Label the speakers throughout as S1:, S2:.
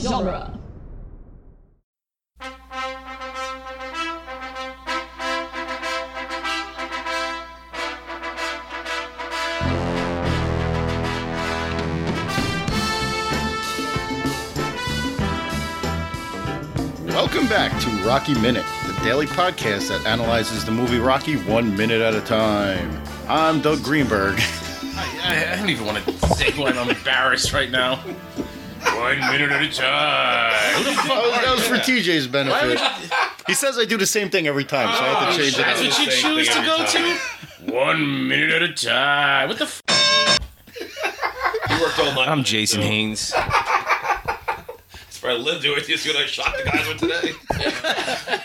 S1: genre.
S2: Welcome back to Rocky Minute, the daily podcast that analyzes the movie Rocky one minute at a time. I'm Doug Greenberg.
S3: I, I don't even want to say one. I'm embarrassed right now. One minute at a time. Who the fuck
S2: Oh, that was for
S3: are you?
S2: TJ's benefit. He says I do the same thing every time, so I have to change
S3: That's
S2: it
S3: what
S2: up.
S3: you choose to go to? One minute at a time. What the f?
S4: You worked all night.
S3: I'm Jason Haynes.
S4: That's where I lived with you. See what I shot the guys with today?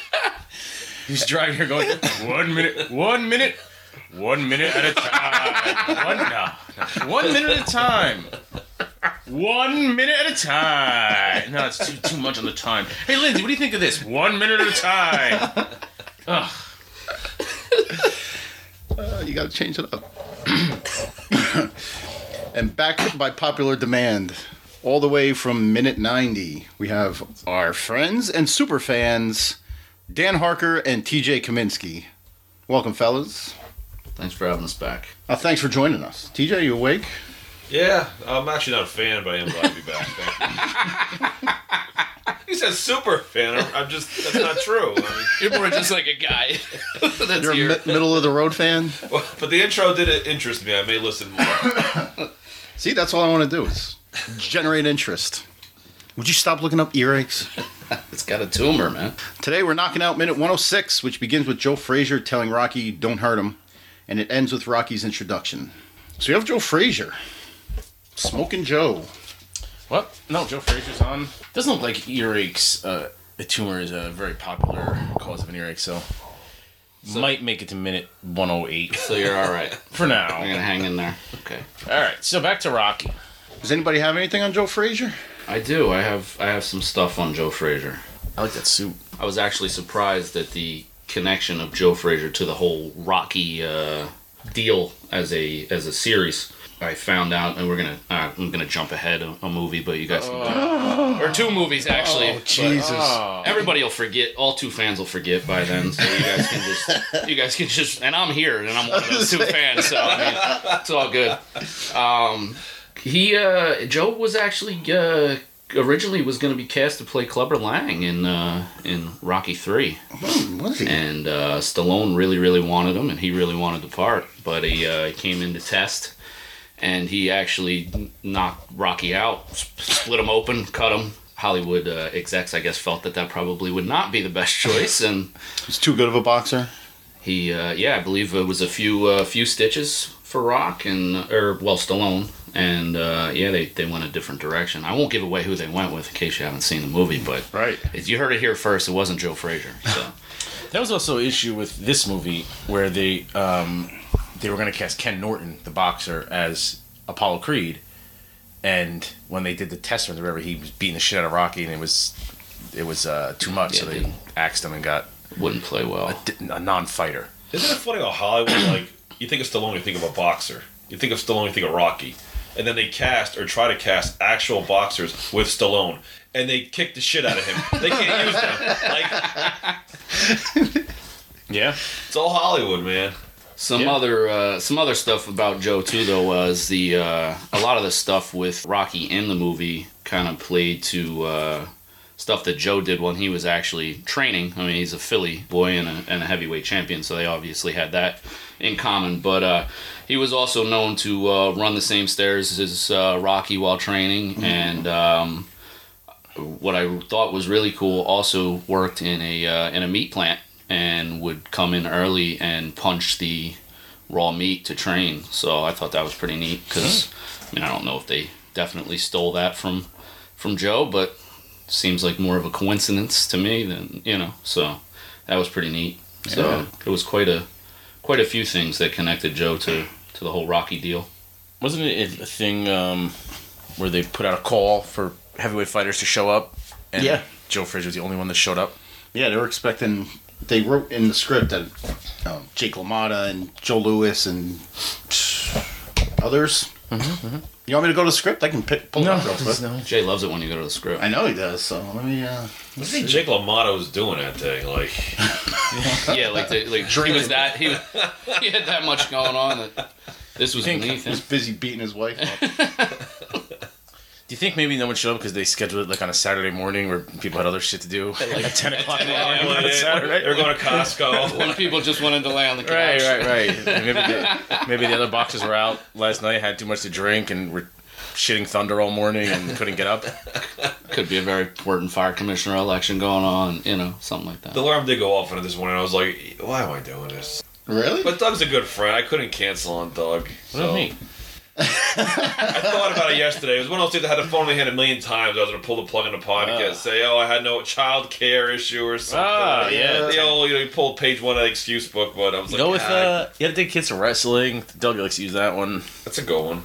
S3: He's driving here going, one minute, one minute, one minute at a time. One, no, no. one minute at a time. One minute at a time. No, it's too, too much on the time. Hey, Lindsay, what do you think of this? One minute at a time.
S2: Uh, you got to change it up. and back by popular demand, all the way from minute 90, we have our friends and super fans, Dan Harker and TJ Kaminsky. Welcome, fellas.
S5: Thanks for having us back.
S2: Uh, thanks for joining us. TJ, you awake?
S4: Yeah, I'm actually not a fan, but I am glad to be back. Thank you. you said super fan. I'm- I'm just that's not true. I
S5: You're more just like a guy. That's
S2: You're a
S5: your-
S2: mi- middle of the road fan?
S4: mean, well, but the intro did interest me. I may listen more.
S2: See, that's all I want to do is generate interest. Would you stop looking up earaches?
S5: it's got a tumor, man.
S2: Today we're knocking out minute 106, which begins with Joe Frazier telling Rocky, "Don't hurt him," and it ends with Rocky's introduction. So you have Joe Frazier, smoking Joe.
S3: What? No, Joe Frazier's on. Doesn't look like earaches. Uh, the tumor is a very popular cause of an earache, so, might make it to minute 108
S5: So you're all right.
S3: for
S5: I'm gonna
S3: now.
S5: hang in there. Okay.
S3: All right, so back to Rocky.
S2: Does anybody have anything on Joe Frazier?
S5: I do. I have. I have some stuff on Joe Frazier.
S3: I like that suit.
S5: I was actually surprised at the connection of Joe Frazier to the whole Rocky uh, deal as a as a series. I found out, and we're gonna. Uh, I'm gonna jump ahead a, a movie, but you guys can, or two movies actually. but-
S3: Oh,
S5: Everybody will forget. All two fans will forget by then. So you guys can just, you guys can just, and I'm here, and I'm one of those two fans. So I mean, it's all good. Um, he, uh, Joe was actually uh, originally was going to be cast to play Clubber Lang in uh, in Rocky Three,
S2: Hmm, What is he?
S5: and uh, Stallone really, really wanted him, and he really wanted the part, but he uh, came in to test. And he actually n- knocked Rocky out, sp- split him open, cut him. Hollywood uh, execs, I guess, felt that that probably would not be the best choice, and
S2: He's too good of a boxer.
S5: he, uh, yeah, I believe it was a few uh, few stitches for Rock and or well Stallone, and uh, yeah, they, they went a different direction. I won't give away who they went with in case you haven't seen the movie, but
S2: Right.
S5: if you heard it here first, it wasn't Joe Frazier. So
S3: That was also an issue with this movie where they um, they were going to cast Ken Norton, the boxer, as Apollo Creed, and when they did the test runs, or whatever, he was beating the shit out of Rocky, and it was it was uh, too much, so
S5: Yeah,
S3: they
S5: dude.
S3: axed him and got
S5: wouldn't play well.
S3: di- a non-fighter.
S4: Isn't it funny how Hollywood like you think of Stallone, you think of a boxer. You think of Stallone, you think of Rocky, and then they cast or try to cast actual boxers with Stallone, and they kick the shit out of him. They can't use them. Like
S3: Yeah,
S4: it's all Hollywood, man.
S5: Some
S3: Yeah.
S5: other uh, some other stuff about Joe too though was the uh, a lot of the stuff with Rocky in the movie kind of played to uh, stuff that Joe did when he was actually training. I mean, he's a Philly boy and a, and a heavyweight champion, so they obviously had that in common. But uh, he was also known to uh, run the same stairs as uh, Rocky while training, and um, what I thought was really cool also worked in a uh, in a meat plant and would come in early and punch the raw meat to train. So I thought that was pretty neat because I mean I don't know if they definitely stole that from from Joe, but seems like more of a coincidence to me than you know. So that was pretty neat. So it was quite a quite a few things that connected Joe to to the whole Rocky deal.
S3: wasn't it a thing um, where they put out a call for heavyweight fighters to show up? And
S2: Yeah.
S3: Joe Frazier was the only one that showed up.
S2: Yeah, they were expecting. They wrote in the script that um, Jake LaMotta and Joe Lewis and others You want me to go to the script? I can pick, pull it up real quick.
S3: Mm-hmm, no.
S5: Jay loves it when you go to the script.
S2: I know he does. So let me. Uh,
S4: What do you think Jake LaMotta was doing that day? Like,
S5: yeah, like the, like he was that he, was- he had that much going on that this was
S3: Think-
S5: beneath him.
S2: he's busy beating his wife up.
S3: Do you think maybe no one showed up because they scheduled it like on a Saturday morning where people had other shit to do? Like at 10 o'clock in the morning on a Saturday?
S4: they're going to Costco.
S5: When people just wanted to lay on the
S3: Right, right,
S5: couch.
S3: right. And maybe, the, maybe the other boxers were out last night, had too much to drink, and were shitting thunder all morning and couldn't get up.
S5: Could be a very important fire commissioner election going on. You know, something like that.
S4: the alarm did go off on it this morning. I was like, why am I doing this?
S2: really?
S4: But Doug's a good friend. I couldn't cancel on Doug.
S3: What do
S4: so-
S3: you mean?
S4: I thought about it yesterday. It was one of those things I had the phone in my hand a million times. I was gonna pull the plug in the podcast,
S3: Ah.
S4: say, "Oh, I had no child care issue or something."
S3: Ah,
S2: yeah.
S4: The old, you know, you pull page one of the excuse book, but I was like,
S3: Go with,
S4: "Ah,
S3: uh, you had to take kids to wrestling. Doug likes to use that one.
S4: that's a good one."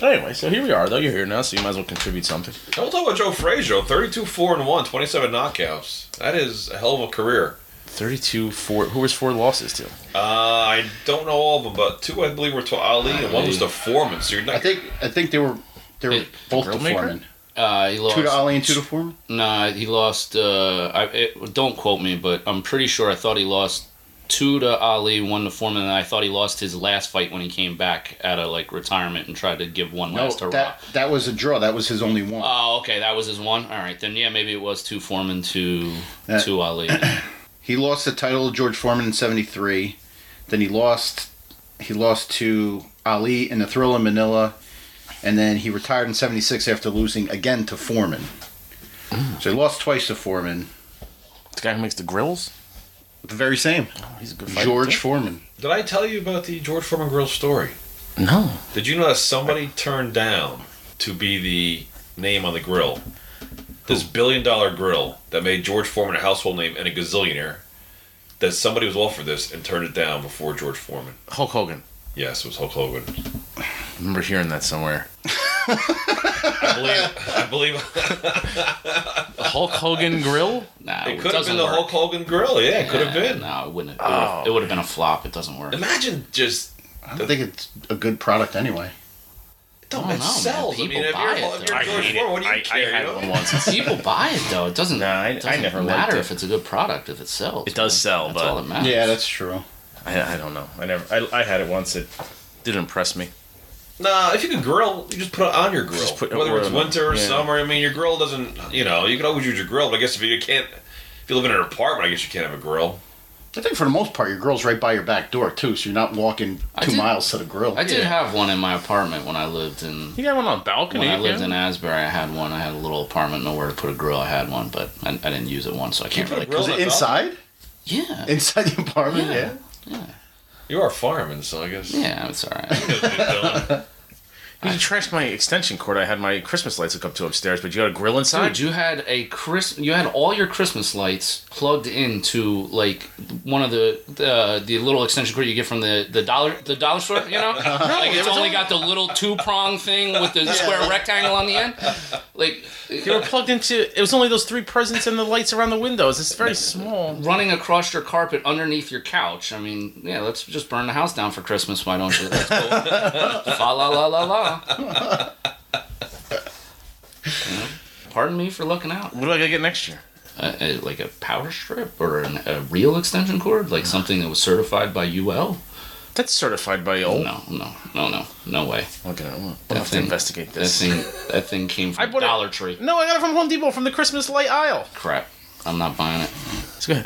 S3: Anyway, so here we are, though. You're here now, so you might as well contribute something.
S4: And we'll talk about Joe Frazier, 32 4 and 1, 27 knockouts. That is a hell of a career.
S3: 32 4. Who was four losses to?
S4: Uh, I don't know all of them, but two I believe were to Ali, and one was to Foreman. So you're
S2: I
S4: not.
S2: think I think they were they were
S5: Hey,
S2: both to
S3: grill maker?
S2: Foreman.
S5: Uh, he lost.
S2: Two to Ollie and two to Foreman.
S5: Nah, he lost. Uh, I it, don't quote me, but I'm pretty sure I thought he lost two to Ali, one to Foreman, and I thought he lost his last fight when he came back out of like retirement and tried to give one
S2: No,
S5: last hurrah.
S2: that that was a draw. That was his only one.
S5: Oh, okay, that was his one. All right, then yeah, maybe it was two Foreman, two
S2: Uh,
S5: two Ali.
S2: He lost the title to George Foreman in '73. Then he lost he lost to Ali in the Thrill in Manila, and then he retired in '76 after losing again to Foreman.
S5: Mm.
S2: So he lost twice to Foreman.
S3: The guy who makes the grills?
S2: The very same,
S3: Oh, he's a good fighter.
S2: George Foreman.
S4: Did I tell you about the George Foreman Grill story?
S3: No.
S4: Did you know that somebody turned down to be the name on the grill? This billion dollar grill that made George Foreman a household name and a gazillionaire, that somebody was offered this and turned it down before George Foreman.
S3: Hulk Hogan.
S4: Yes, it was Hulk Hogan.
S3: I remember hearing that somewhere.
S4: I believe, I believe
S3: The Hulk Hogan grill?
S5: Nah,
S4: it
S5: it,
S4: could have
S5: doesn't
S4: been the
S5: work.
S4: Hulk Hogan grill. Yeah, it could have
S5: Yeah,
S4: been.
S5: No, it wouldn't. It
S3: Oh.
S5: would have, it would have been a flop. It doesn't work.
S4: Imagine just.
S2: I don't think it's a good product anyway.
S4: Don't
S5: I don't
S4: it
S5: know, man.
S4: sells. I mean,
S5: People
S4: if
S5: buy
S4: you're,
S5: it,
S4: if
S5: though.
S4: you're
S3: I
S4: George
S3: hate it.
S4: Foreman, what do you
S3: I, I
S4: care?
S3: had
S4: you know?
S3: one once. It's-
S5: People buy it though. It doesn't.
S3: Nah, I- I
S5: it doesn't
S3: never liked
S5: matter
S3: it.
S5: if it's a good product if it sells.
S3: It does sell,
S5: That's
S3: but-
S5: all that matters.
S2: Yeah, that's true.
S3: I, I don't know. I never. I, I had it once. It didn't impress me.
S4: Nah, if you could grill, you just put it on your grill.
S3: Just put it
S4: Whether
S3: where
S4: it's
S3: I'm-
S4: winter or
S3: yeah.
S4: summer, I mean, your grill doesn't. You know, you can always use your grill, but I guess if you can't, if you live in an apartment, I guess you can't have a grill.
S2: I think for the most part, your grill's right by your back door too, so you're not walking
S5: I
S2: two
S5: did-
S2: miles to the grill.
S5: I did have one in my apartment when I lived in
S3: You got one on a balcony.
S5: when I lived
S3: yeah?
S5: in Asbury. I had one. I had a little apartment, nowhere to put a grill. I had one, but I, I didn't use it once, so I can't
S4: put a
S5: really.
S4: grill-
S2: Was it inside?
S5: Yeah,
S2: Inside the apartment?
S5: Yeah.
S2: Yeah.
S4: You are a fireman, so I guess.
S5: yeah, it's all right.
S3: You trashed my extension cord. I had my Christmas lights hooked up to upstairs, but you got a grill inside.
S5: Dude, you had a Chris. You had all your Christmas lights plugged into like one of the the, the little extension cord you get from the, the dollar the dollar store. You know, like it's only got the little two prong thing with the square rectangle on the end. Like
S3: They were plugged into. It was only those three presents and the lights around the windows. It's very small.
S5: running across your carpet underneath your couch. I mean, yeah, let's just burn the house down for Christmas. Why don't you? That's cool. Fa la la la la. You know? Pardon me for looking out.
S3: What do I gotta get next year?
S5: Uh, uh, like a power strip or an, a real extension cord, like something that was certified by UL.
S3: That's certified by old.
S5: No, no, no, no, no way.
S3: Okay, we'll we'll have to
S5: thing-
S3: investigate
S5: That
S3: this.
S5: thing, that thing came
S3: I
S5: from
S3: bought it-
S5: Dollar Tree.
S3: No, I got it from Home Depot from the Christmas light aisle.
S5: Crap, I'm not buying it.
S3: It's good.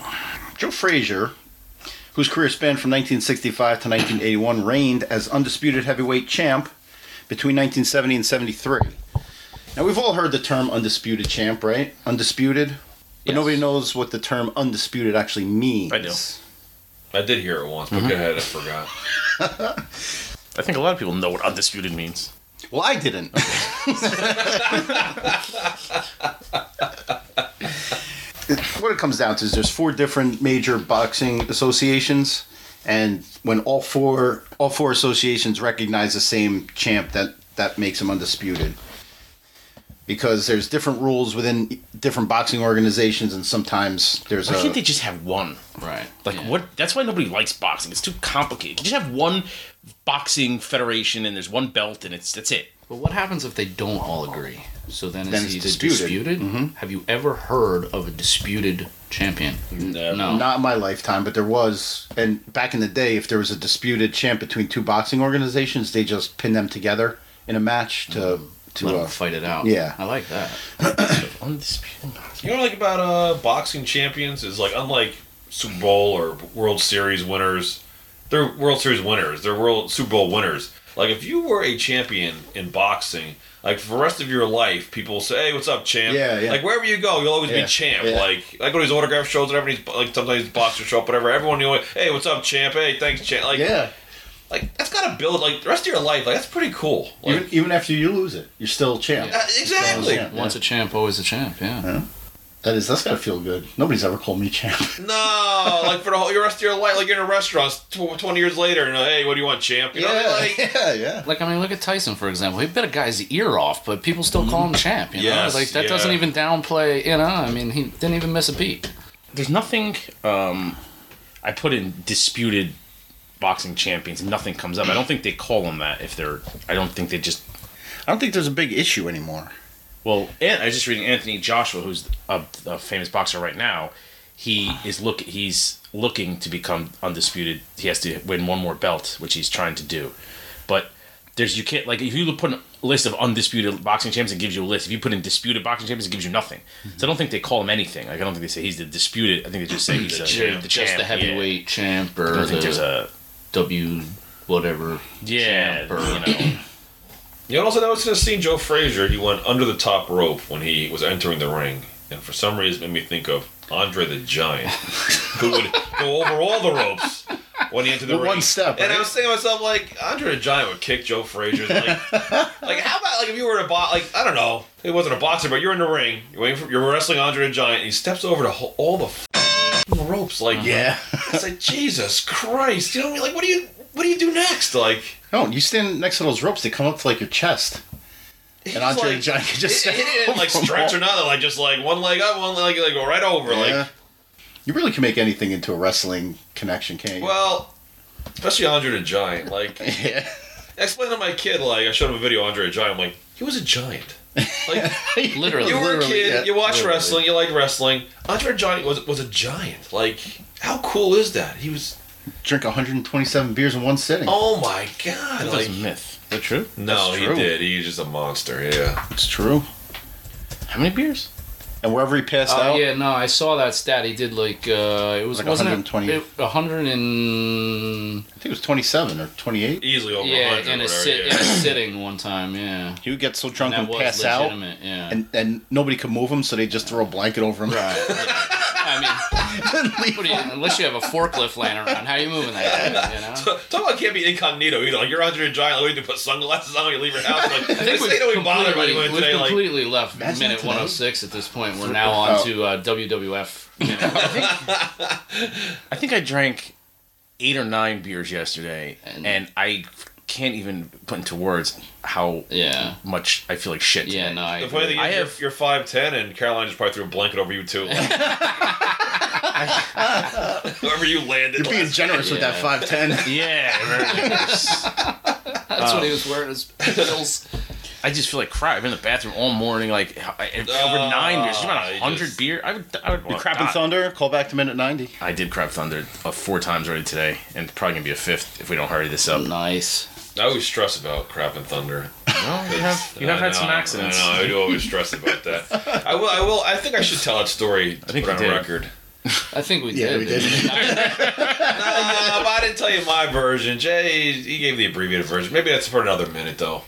S2: Joe Frazier, whose career spanned from 1965 to 1981, reigned as undisputed heavyweight champ between 1970 and 73. Now, we've all heard the term undisputed champ, right? Undisputed. But
S5: Yes.
S2: nobody knows what the term undisputed actually means.
S3: I do.
S4: I did hear it once, but go ahead, I forgot.
S3: I think a lot of people know what undisputed means.
S2: Well, I didn't. what it comes down to is there's four different major boxing associations, and when all four all four associations recognize the same champ, that that makes him undisputed. Because there's different rules within different boxing organizations, and sometimes there's
S3: Why
S2: a
S3: can't they just have one?
S5: Right.
S3: Like
S5: Yeah.
S3: what? That's why nobody likes boxing. It's too complicated. You just have one boxing federation, and there's one belt, and it's that's it.
S5: But what happens if they don't all agree? So then,
S2: Then it's
S5: is he
S2: disputed. Mm-hmm.
S5: disputed? Have you ever heard of a disputed champion?
S4: Never.
S5: No.
S2: Not in my lifetime, but there was. And back in the day, if there was a disputed champ between two boxing organizations, they just pinned them together in a match to
S4: Mm.
S2: to
S5: Let
S2: uh,
S5: them fight it out.
S2: yeah.
S5: I like that.
S3: Undisputed.
S4: You know what I like about uh, boxing champions is like unlike Super Bowl or World Series winners, they're World Series winners. They're World Super Bowl winners. Like if you were a champion in boxing, like for the rest of your life, people will say, "Hey, what's up, champ?"
S2: Yeah, yeah.
S4: Like wherever you go, you'll always
S2: Yeah,
S4: be champ.
S2: yeah.
S4: Like I go to these autograph shows and everybody's like sometimes boxers show up, whatever. Everyone you always, "Hey, what's up, champ?" Hey, thanks, champ. Like
S2: yeah.
S4: like that's gotta build like the rest of your life. Like that's pretty cool. Like,
S2: even, even after you lose it, you're still champ.
S4: Uh, exactly.
S2: Yeah.
S5: Once a champ, always a champ. Yeah.
S2: That is. That's gotta feel good. Nobody's ever called me champ.
S4: No, like for the whole your rest of your life, like you're in a restaurant tw- 20 years later, and hey, what do you want, champ? You know, like,
S2: yeah, yeah.
S5: Like I mean, look at Tyson for example. He bit a guy's ear off, but people still call him champ. You know,
S4: Yes,
S5: like that
S4: yeah.
S5: doesn't even downplay. You know, I mean, he didn't even miss a beat.
S3: There's nothing. Um, I put in disputed boxing champions. Nothing comes up. I don't think they call them that if they're. I don't think they just.
S2: I don't think there's a big issue anymore.
S3: Well, and I was just reading Anthony Joshua, who's a, a famous boxer right now. He is look. He's looking to become undisputed. He has to win one more belt, which he's trying to do. But there's you can't like if you put in a list of undisputed boxing champs, it gives you a list. If you put in disputed boxing champions, it gives you nothing. So I don't think they call him anything. Like I don't think they say he's the disputed. I think they just say he's a,
S5: Just
S3: the
S5: just
S3: champ.
S5: the
S3: yeah.
S5: heavyweight champ or
S3: I don't think there's
S5: the
S3: a
S5: W, whatever.
S3: yeah.
S5: champ or-
S3: you know,
S4: you know, also that was in a scene. Joe Frazier, he went under the top rope when he was entering the ring, and for some reason, it made me think of Andre the Giant, who would go over all the ropes when he entered the
S2: With
S4: ring.
S2: one step,
S4: And
S2: right?
S4: I was thinking to myself, like Andre the Giant would kick Joe Frazier. Like, like how about like if you were in a box, like I don't know, he wasn't a boxer, but you're in the ring, you're waiting for, you're wrestling Andre the Giant, and he steps over to ho- all the. F- ropes like
S2: Yeah.
S4: It's like Jesus Christ, you know what I mean? Like, what do you what do you do next? Like,
S2: No, you stand next to those ropes. They come up to like your chest,
S4: he's
S2: and Andre
S4: like,
S2: the Giant can just
S4: He, he didn't like stretch or nothing. Like just like one leg up, one leg like go right over.
S2: Yeah. You really can make anything into a wrestling connection, can't
S4: Like,
S2: you?
S4: well, especially Andre the Giant. Like,
S2: yeah.
S4: explain to my kid. Like, I showed him a video. of Andre the Giant. I'm like, he was a giant. Like,
S5: Literally.
S4: you were a
S2: Literally,
S4: kid.
S2: yeah.
S4: You watched
S5: Literally.
S4: wrestling. You liked wrestling. Andre the Giant was was a giant. Like, how cool is that? He was.
S2: Drink 127 beers in one sitting.
S4: Oh my god.
S3: that's
S4: Like,
S3: a myth. Is that true?
S4: no,
S2: That's
S4: he
S2: true.
S4: did. He was just a monster. Yeah.
S2: It's true.
S3: How many beers?
S2: And wherever he passed
S5: Oh
S2: out,
S5: yeah, no, I saw that stat. He did like uh, it was
S2: Like
S5: wasn't
S2: 120.
S5: It, it, 100 and
S2: I think it was 27 or 28.
S4: Easily over
S5: yeah,
S4: 100.
S5: in a,
S4: whatever, yeah.
S5: sit, in a sitting one time. Yeah,
S2: He would get so
S5: and
S2: drunk
S5: that
S2: and,
S5: was
S2: pass out,
S5: legitimate. yeah,
S2: and, and nobody could move him, so they just throw a blanket over him.
S5: right. yeah. I mean,
S2: and leave
S5: what do
S2: him.
S5: you, unless you have a forklift laying around, how you moving that? Thing, you know.
S4: Talk about can't be incognito either. Like you're Andre the Giant, like, you put sunglasses on, you leave your house. Like, I think
S5: we've
S4: they don't even bother
S5: completely-
S4: anyone
S5: we've
S4: today. Like,
S5: completely left
S2: Imagine
S5: minute
S2: tonight.
S5: 106 at this point. We're now on
S2: Oh.
S5: to uh, WWF. Minute.
S3: I think I drank eight or nine beers yesterday, and,
S5: And-
S3: I can't even put into words how
S5: yeah,
S3: much I feel like shit.
S5: yeah, no, I,
S4: the funny thing
S3: I
S4: is,
S3: have-
S4: you're, you're five ten, and Caroline just probably threw a blanket over you too. Like, whoever you landed,
S2: You're being
S4: last-
S2: generous with that
S5: Yeah.
S2: 510.
S3: yeah.
S5: that's what he was wearing. His pills.
S3: I just feel like crap. I've been in the bathroom all morning, like I- I- over
S4: Ah,
S3: nine beers, just about
S4: you
S3: hundred
S4: just-
S3: beer. I would, I would
S2: You crap and
S3: I-
S2: thunder, call back to minute 90.
S3: I did crap thunder uh, four times already today, and probably gonna be a fifth if we don't hurry this up.
S5: nice.
S4: I always stress about crap and thunder.
S3: Well, you have, you have
S4: I
S3: had some
S4: know,
S3: accidents.
S4: I know. I do always stress about that. I will. I will. I think I should tell that story. I
S3: think
S4: put on
S3: we did.
S4: record.
S5: I think we
S2: Yeah,
S5: did.
S2: we did.
S5: didn't
S4: Uh, but I didn't tell you my version. Jay, he gave the abbreviated version. Maybe that's for another minute, though.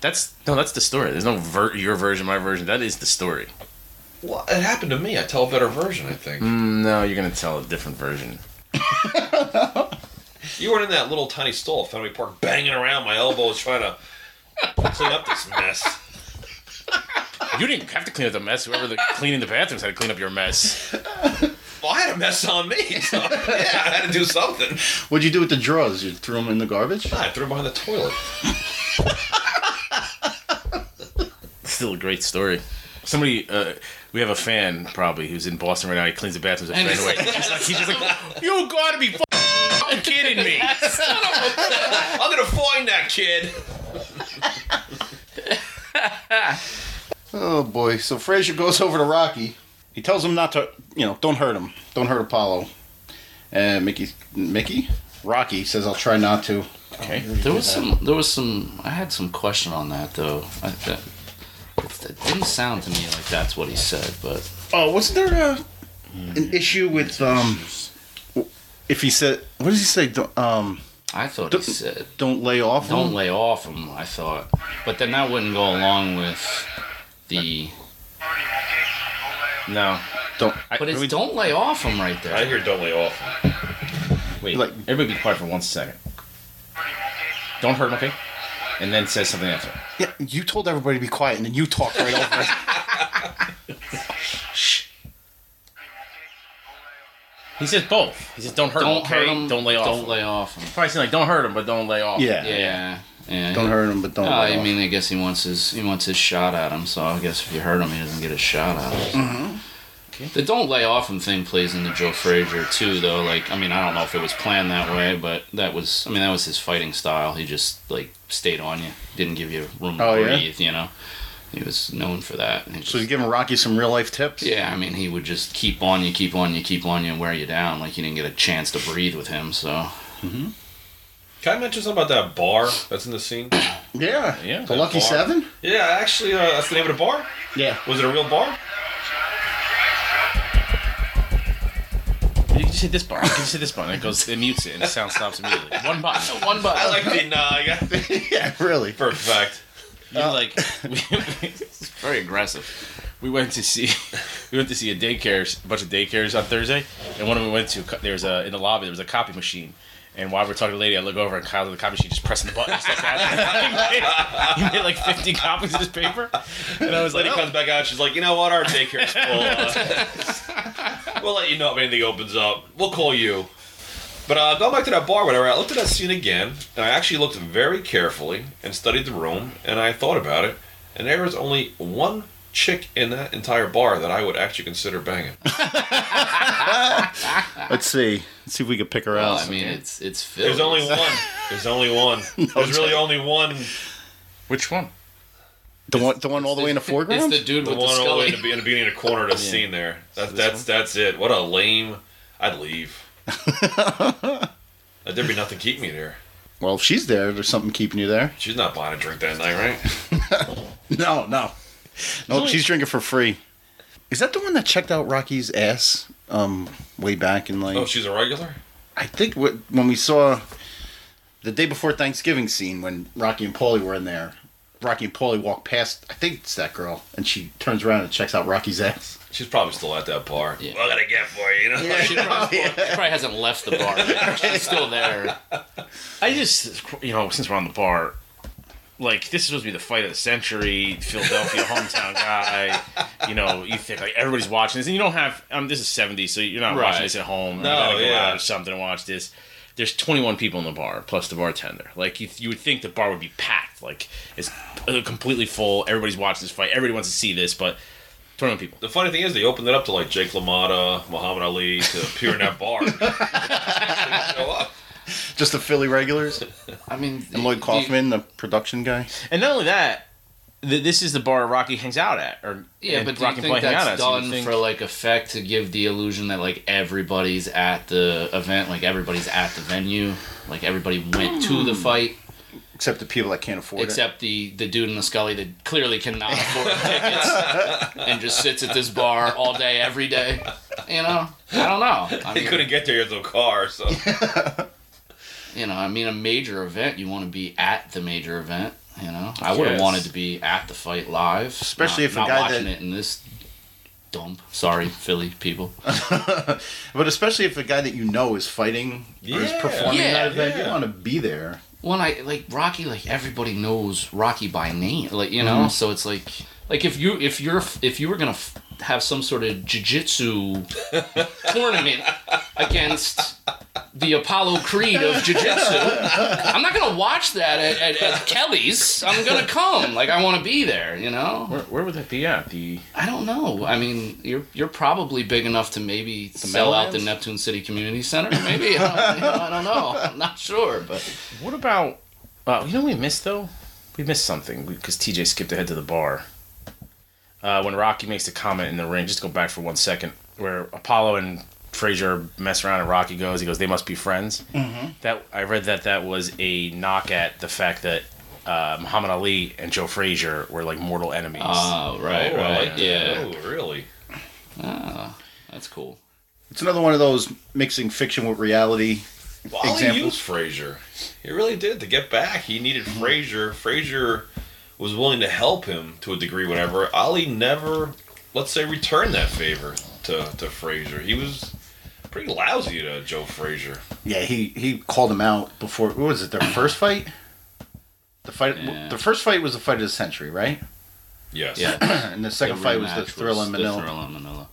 S3: That's no, that's the story. There's no ver- your version, my version. That is the story.
S4: Well, it happened to me. I tell a better version. I think.
S3: Mm, no, you're gonna tell a different version.
S4: You weren't in that little tiny stall at Fenway Park banging around my elbows trying to clean up this mess.
S3: You didn't have to clean up the mess. Whoever the cleaning the bathrooms had to clean up your mess.
S4: Well, I had a mess on me, so yeah, I had to do something.
S2: What'd you do with the drawers? You threw them in the garbage?
S4: I threw it behind the toilet.
S3: Still a great story. Somebody, uh, we have a fan probably who's in Boston right now. He cleans the bathrooms at
S5: And he's
S3: Fenway.
S5: like-
S3: He's like, he's just like, you gotta be f***ing kidding me.
S4: I'm gonna find that kid.
S2: Oh boy! So Frazier goes over to Rocky. He tells him not to, you know, don't hurt him. Don't hurt Apollo. And Mickey, Mickey, Rocky says, "I'll try not to." Okay.
S5: There was some. There was some. I had some question on that though. I, that, it didn't sound to me like that's what he said, but
S2: Oh, wasn't there a, an issue with um? If he said, what does he say? Don't, um,
S5: I thought he
S2: Don't-
S5: said
S2: don't lay off.
S5: don't
S2: him?
S5: lay off him. I thought, but then that wouldn't go along with the. No,
S2: Don't.
S5: but it's
S2: I mean,
S5: don't lay off him right
S4: I
S5: there.
S4: hear don't lay off.
S3: Wait,
S2: Like-
S3: everybody be quiet for one second. Don't hurt him, okay? And then says something after.
S2: Yeah, you told everybody to be quiet, and then you talked right over. it.
S3: He says both. He says don't hurt him,
S5: Don't
S3: okay?
S5: hurt him.
S3: Don't lay off.
S5: Don't lay off him.
S3: Probably saying like don't hurt him, but don't lay off.
S2: Yeah.
S5: Yeah. Yeah.
S2: Don't hurt him, but don't.
S5: Uh,
S2: lay
S5: I
S2: off.
S5: mean, I guess he wants his he wants his shot at him. So I guess if you hurt him, he doesn't get a shot at him.
S2: Mm-hmm.
S5: The don't lay off him thing plays into Joe Frazier too, though. Like, I mean, I don't know if it was planned that way, but that was I mean that was his fighting style. He just like stayed on you, didn't give you room to
S2: Oh, yeah?
S5: breathe. You know, he was known for that. And he
S2: so he's
S5: just-
S2: giving Rocky some real life tips.
S5: yeah, I mean, he would just keep on you, keep on you, keep on you, and wear you down. Like you didn't get a chance to breathe with him. So
S4: Can I mention something about that bar that's in the scene?
S2: Yeah.
S3: Yeah.
S2: The Lucky
S4: Bar.
S2: Seven.
S4: Yeah, actually, uh, that's the name of the bar.
S2: Yeah.
S4: Was it a real bar?
S3: You can just hit this button. You can just hit this button. It goes. It mutes it, and the sound stops immediately. One button.
S5: one button.
S4: I like the uh, nah.
S2: yeah. Really.
S4: Perfect.
S3: You like. We,
S5: very aggressive.
S3: we went to see. We went to see a daycare, a bunch of daycares on Thursday, and one of them we went to. There was a in the lobby. There was a copy machine. And while we're talking to the lady, I look over and Kyle's on the copy machine just pressing the button just like that. he, made, he made like 50 copies of this paper. And I was like,
S4: Lady
S3: oh,
S4: comes back out. She's like, you know what? Our daycare's full. Uh, we'll let you know if anything opens up. We'll call you. But uh, going back to that bar, whatever. I looked at that scene again, and I actually looked very carefully and studied the room, and I thought about it, and there was only one chick in that entire bar that I would actually consider banging.
S2: Let's see. Let's see if we can pick her
S5: Well,
S2: out.
S5: I mean, it's it's Philly.
S4: There's only one. There's only one. There's really only one.
S3: which one?
S2: the one, the one all the way in the foreground.
S5: It's the dude
S4: The
S5: with
S4: one
S5: the
S4: all the way
S5: scully.
S4: in the, be- in the beginning of the corner of the scene there. That's that's that's it. What a lame. I'd leave. Uh, There'd be nothing keeping me there.
S2: well, if she's there, there's something keeping you there.
S4: She's not buying a drink that night, right?
S2: No, no, no. she's drinking for free. Is that the one that checked out Rocky's ass um, way back in like?
S4: Oh, she's a regular.
S2: I think what, when we saw the day before Thanksgiving scene when Rocky and Paulie were in there, Rocky and Paulie walk past. I think it's that girl, and she turns around and checks out Rocky's ass.
S4: She's probably still at that bar.
S5: Yeah.
S4: What did I get for you? You know.
S5: She probably, she probably hasn't left the bar. yet. She's still there.
S3: I just, you know, since we're on the bar, like this is supposed to be the fight of the century, Philadelphia hometown guy. You know, you think like everybody's watching this, and you don't have. Um, this is '70s, so you're not
S5: Right.
S3: watching this at home.
S4: No,
S3: you gotta go
S4: yeah.
S3: out or something and watch this. There's 21 people in the bar plus the bartender. Like you, you would think the bar would be packed. Like it's uh, completely full. Everybody's watching this fight. Everybody wants to see this, but 21 people.
S4: The funny thing is, they opened it up to like Jake LaMotta, Muhammad Ali to appear in that bar. Show up.
S2: Just the Philly regulars
S5: I mean,
S2: and Lloyd Kaufman, the production guy.
S3: And not only that, th- this is the bar Rocky hangs out at, or
S5: yeah,
S3: and
S5: but do you
S3: Rocky
S5: think
S3: Boy hang out
S5: that's
S3: at, so you
S5: done
S3: think-
S5: for like effect to give the illusion that like everybody's at the event, like everybody's at the venue, like everybody went to the fight,
S2: Except the people that can't afford it.
S5: except the the dude in the Scully that clearly cannot afford tickets and just sits at this bar all day every day. You know, I don't know. I
S4: He
S5: mean,
S4: couldn't get there. He had no car. So
S5: you know, I mean, a major event, you want to be at the major event. You know, I would have
S3: Yes.
S5: wanted to be at the fight live,
S2: Especially
S5: not,
S2: if a
S5: not
S2: guy
S5: watching
S2: that-
S5: it in this dump. Sorry, Philly people.
S2: But especially if the guy that you know is fighting or is
S4: Yeah.
S2: performing
S5: Yeah,
S2: that event, you
S4: yeah.
S2: want to be there.
S5: Well, I like Rocky. Like everybody knows Rocky by name. Like you know, so it's like like if you if you're if you were gonna f- have some sort of jiu-jitsu tournament against the Apollo Creed of jiu-jitsu, I'm not gonna watch that at, at, at Kelly's. I'm gonna come. Like I want to be there. You know.
S3: Where, where would that be at? The
S5: I don't know. I mean, you're you're probably big enough to maybe sell out the
S2: Meadowlands?
S5: Neptune City Community Center. Maybe I, don't, you know, I don't know. I'm not sure, but
S3: What about? Uh, you know, what we missed though. We missed something because TJ skipped ahead to the bar. uh, when Rocky makes the comment in the ring. Just go back for one second, where Apollo and Frazier mess around, and Rocky goes, he goes, "They must be friends." Mm-hmm. That I read that that was a knock at the fact that uh, Muhammad Ali and Joe Frazier were like mortal enemies.
S5: Oh, right,
S4: Oh, I
S5: right.
S4: like that.
S5: yeah.
S4: Oh, really?
S5: Ah, that's cool.
S2: It's another one of those mixing fiction with reality.
S4: Well, he
S2: Examples?
S4: used Frazier. He really did to get back. He needed
S5: Mm-hmm.
S4: Frazier. Frazier was willing to help him to a degree. Whatever. Ali never, let's say, returned that favor to to Frazier. He was pretty lousy to Joe Frazier.
S2: Yeah, he he called him out before. What was it? Their first fight. The fight.
S5: Yeah.
S2: The first fight was the fight of the century, right?
S4: Yes.
S5: Yeah.
S2: and the second fight was the
S5: rematch
S2: Thrill in
S5: the
S2: Manila.
S5: Thrill in Manila.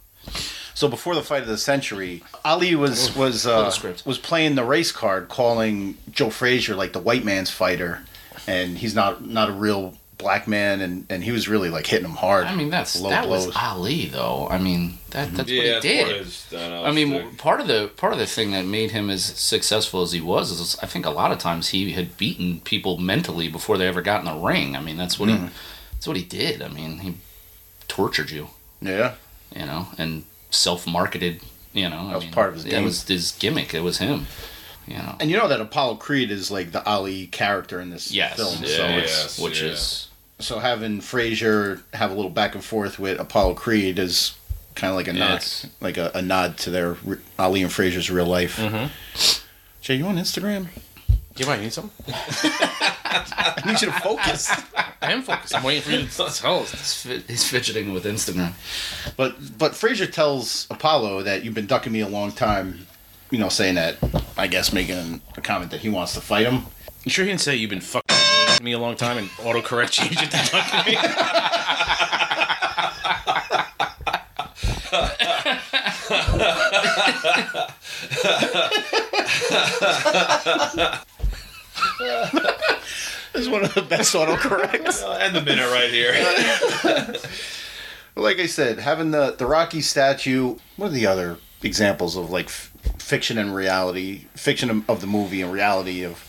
S2: So before the fight of the century, Ali was was
S5: Little
S2: uh,
S5: script.
S2: was playing the race card, calling Joe Frazier like the white man's fighter, and he's not not a real black man, and and he was really like hitting him hard.
S5: I mean, that's
S2: low
S5: that
S2: blows.
S5: was Ali though. I mean, that that's
S4: Yeah,
S5: what
S4: that's
S5: he did.
S4: what it is. know,
S5: I mean,
S4: it's the-
S5: part of the part of the thing that made him as successful as he was is I think a lot of times he had beaten people mentally before they ever got in the ring. I mean, that's what
S2: Mm-hmm.
S5: he that's what he did. I mean, he tortured you,
S2: yeah,
S5: you know, and self marketed. You know, I
S2: That was
S5: mean,
S2: part of his
S5: That
S2: game.
S5: was his gimmick. It was him. You know,
S2: and you know that Apollo Creed is like the Ali character in this
S5: yes,
S2: film.
S5: yeah,
S2: so
S5: it's-
S4: yes,
S5: which
S4: yeah.
S5: is
S2: so having Frazier have a little back and forth with Apollo Creed is kind of like a nod,
S5: Yes.
S2: like a, a nod to their re- Ali and Frazier's real life.
S3: Mm-hmm.
S2: Jay, you on Instagram?
S3: Do you mind? You need some?
S2: I need you to focus.
S3: I am focused. I'm waiting for you to tell us.
S5: he's fi- he's fidgeting with Instagram.
S2: But but Frazier tells Apollo that you've been ducking me a long time, you know, saying that I guess making a comment that he wants to fight him.
S3: You sure he didn't say you've been fucking me a long time and autocorrect changed it to fucking me?
S2: It's one of the best autocorrects.
S4: Uh, end the minute right here.
S2: like I said, having the the Rocky statue. What are the other examples of like f- fiction and reality? Fiction of, of the movie and reality of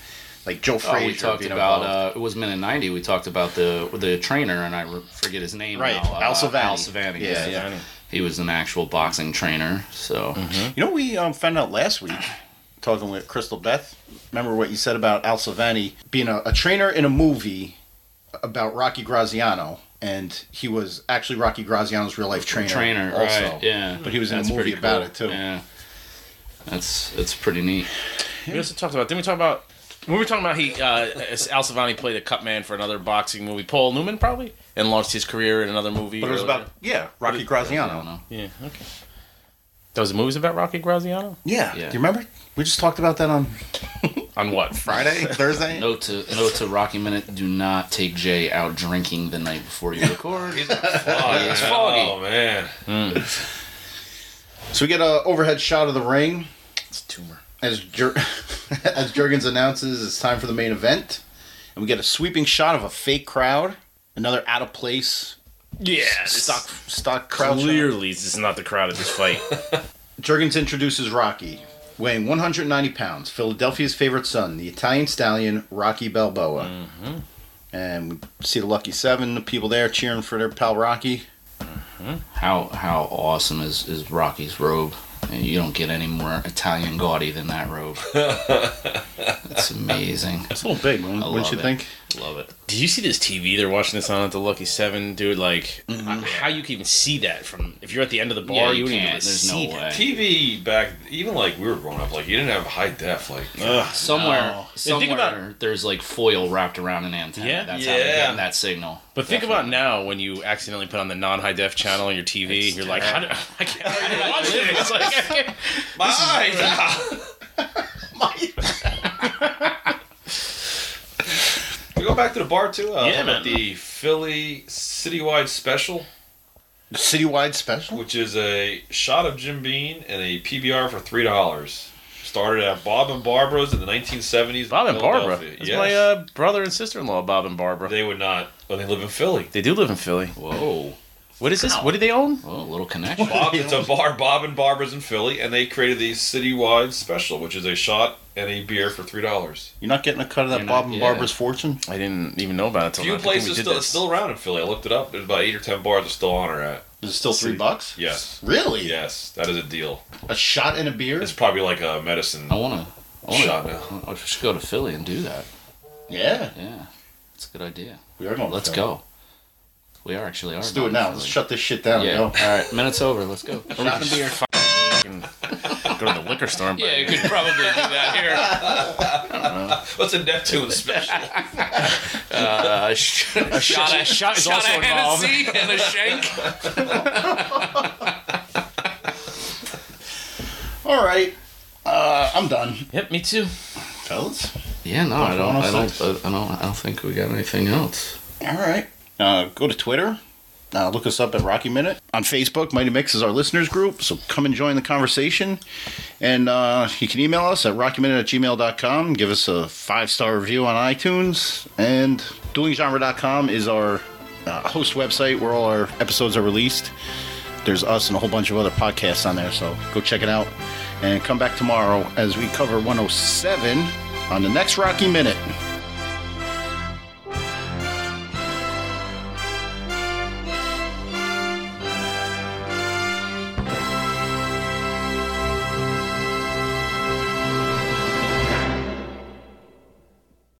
S2: like Joe
S5: Oh,
S2: Frazier.
S5: we talked
S2: being
S5: about
S2: involved.
S5: uh, it was minute ninety. We talked about the the trainer, and I re- forget his name.
S2: Right,
S5: now, uh,
S2: Al Silvani.
S5: Al
S2: Yeah,
S5: Silvani, yes.
S2: yeah.
S5: He was an actual boxing trainer. So
S2: You know, we um, found out last week talking with Crystal Beth. Remember what you said about Al Silvani being a, a trainer in a movie about Rocky Graziano, and he was actually Rocky Graziano's real life trainer.
S5: trainer,
S2: also.
S5: right? Yeah,
S2: But he was in a
S5: That's
S2: movie
S5: pretty
S2: about it, too.
S5: Yeah, that's that's pretty neat.
S3: We also talked about. Didn't we talk about? We were talking about he uh, as Al Silvani played a cut man for another boxing movie, Paul Newman probably, and launched his career in another movie.
S2: But it was
S3: earlier.
S2: about yeah, Rocky
S5: I don't
S2: Graziano.
S5: know.
S3: yeah, okay. Those movies about Rocky Graziano
S2: Yeah.
S5: Yeah.
S2: do you remember? We just talked about that on
S3: on what?
S2: Friday, Thursday.
S5: Note to note to Rocky Minute: Do not take Jay out drinking the night before you record.
S4: He's foggy.
S5: He's foggy.
S4: Oh man.
S2: So we get a overhead shot of the ring
S3: It's a tumor.
S2: as Jer- as Jurgens announces it's time for the main event, and we get a sweeping shot of a fake crowd, another out of place
S3: Yeah,
S2: stock stock crowd. shot.
S3: Clearly, this is not the crowd at this fight.
S2: Jurgens introduces Rocky, weighing 190 pounds, Philadelphia's favorite son, the Italian stallion Rocky Balboa. And we see the Lucky Seven, the people there cheering for their pal Rocky.
S5: How how awesome is is Rocky's robe? You don't get any more Italian gaudy than that robe. It's amazing.
S2: It's a little big, man.
S5: I
S2: Wouldn't
S5: love
S2: you
S5: it.
S2: think?
S5: Love it.
S3: Did you see this TV? They're watching this on at the Lucky Seven, dude. Like, uh, how you can even see that from if you're at the end of the bar,
S5: Mm-hmm. Yeah,
S3: you,
S5: Oh, you
S3: wouldn't even
S5: can't. There's
S3: see
S5: no
S3: that.
S5: way.
S4: TV back, even like we were growing up, like you didn't have high def. Like
S5: Oh, Somewhere,
S2: No.
S3: And think
S5: somewhere there's like foil wrapped around an antenna.
S3: Yeah.
S5: that's how they're
S4: Yeah.
S5: getting that signal.
S3: But think
S5: Definitely.
S3: about now when you accidentally put on the non high def channel on your TV,
S5: It's
S3: you're like, How do, I can't I can't watch it. It's like, I can't-
S4: my eyes. we go back to the bar too. Uh,
S3: Yeah,
S4: about
S3: man.
S4: The Philly citywide special,
S2: Citywide special.
S4: which is a shot of Jim Beam and a PBR for three dollars. Started at Bob and Barbara's in the 1970s. in
S3: Bob and Barbara.
S4: Philadelphia.
S3: It's
S4: Yes.
S3: my uh, brother and sister in law, Bob and Barbara. They,
S4: they would not. Well, they live in Philly.
S3: do live in Phily.
S5: Whoa,
S3: What is this? What do they own?
S5: whoa, Oh, a little connection.
S4: Bob, it's a bar, Bob and Barbara's in Philly, and they created the citywide special, which is a shot any beer for three dollars.
S2: You're not getting a cut of that
S5: You're
S2: Bob
S5: not-
S2: and
S5: yeah.
S2: Barbara's fortune.
S1: I didn't even know about it. Until
S4: Few
S1: now. I think we
S4: places
S1: did
S4: still
S1: this.
S4: it's still around in Philly. I looked it up. There's about eight or ten bars that still on or at.
S2: Is it still three bucks?
S4: Yes.
S2: Really?
S4: Yes, that is a deal.
S2: A shot and a beer?
S4: It's probably like a medicine.
S1: Oh.
S5: I want to. I
S4: Shot
S5: want
S4: now.
S5: to. I should go to Philly and do that.
S2: yeah.
S5: Yeah, it's a good idea.
S2: We are going.
S5: Let's
S2: to-
S5: go. We are actually. Are
S2: Let's do
S5: going
S2: it
S5: to
S2: now. Let's
S5: Philly.
S2: shut this shit down.
S5: Yeah.
S2: Yo.
S5: All right. Minutes over. Let's go.
S1: Or we can be fucking- go to the liquor store. And buy-
S5: yeah, you could probably do that here.
S4: What's a Neptune special?
S5: Uh, sh- a shot, a
S1: shot is also
S5: a
S1: involved.
S5: Hennessy and a shank.
S2: All right. Uh, I'm done,
S1: Yep, me too.
S2: fellas.
S5: Yeah, no, I don't. I don't.
S2: 106.
S5: I don't. I don't think we got anything else.
S2: All right. Uh, go to Twitter. Uh, look us up at Rocky Minute. On Facebook, Mighty Mix is our listeners group, so come and join the conversation. And uh, you can email us at rockyminute at gmail.com. Give us a five star review on iTunes. And duelinggenre.com is our uh, host website where all our episodes are released. There's us and a whole bunch of other podcasts on there, so go check it oh out. And come back tomorrow as we cover 107 on the next Rocky Minute.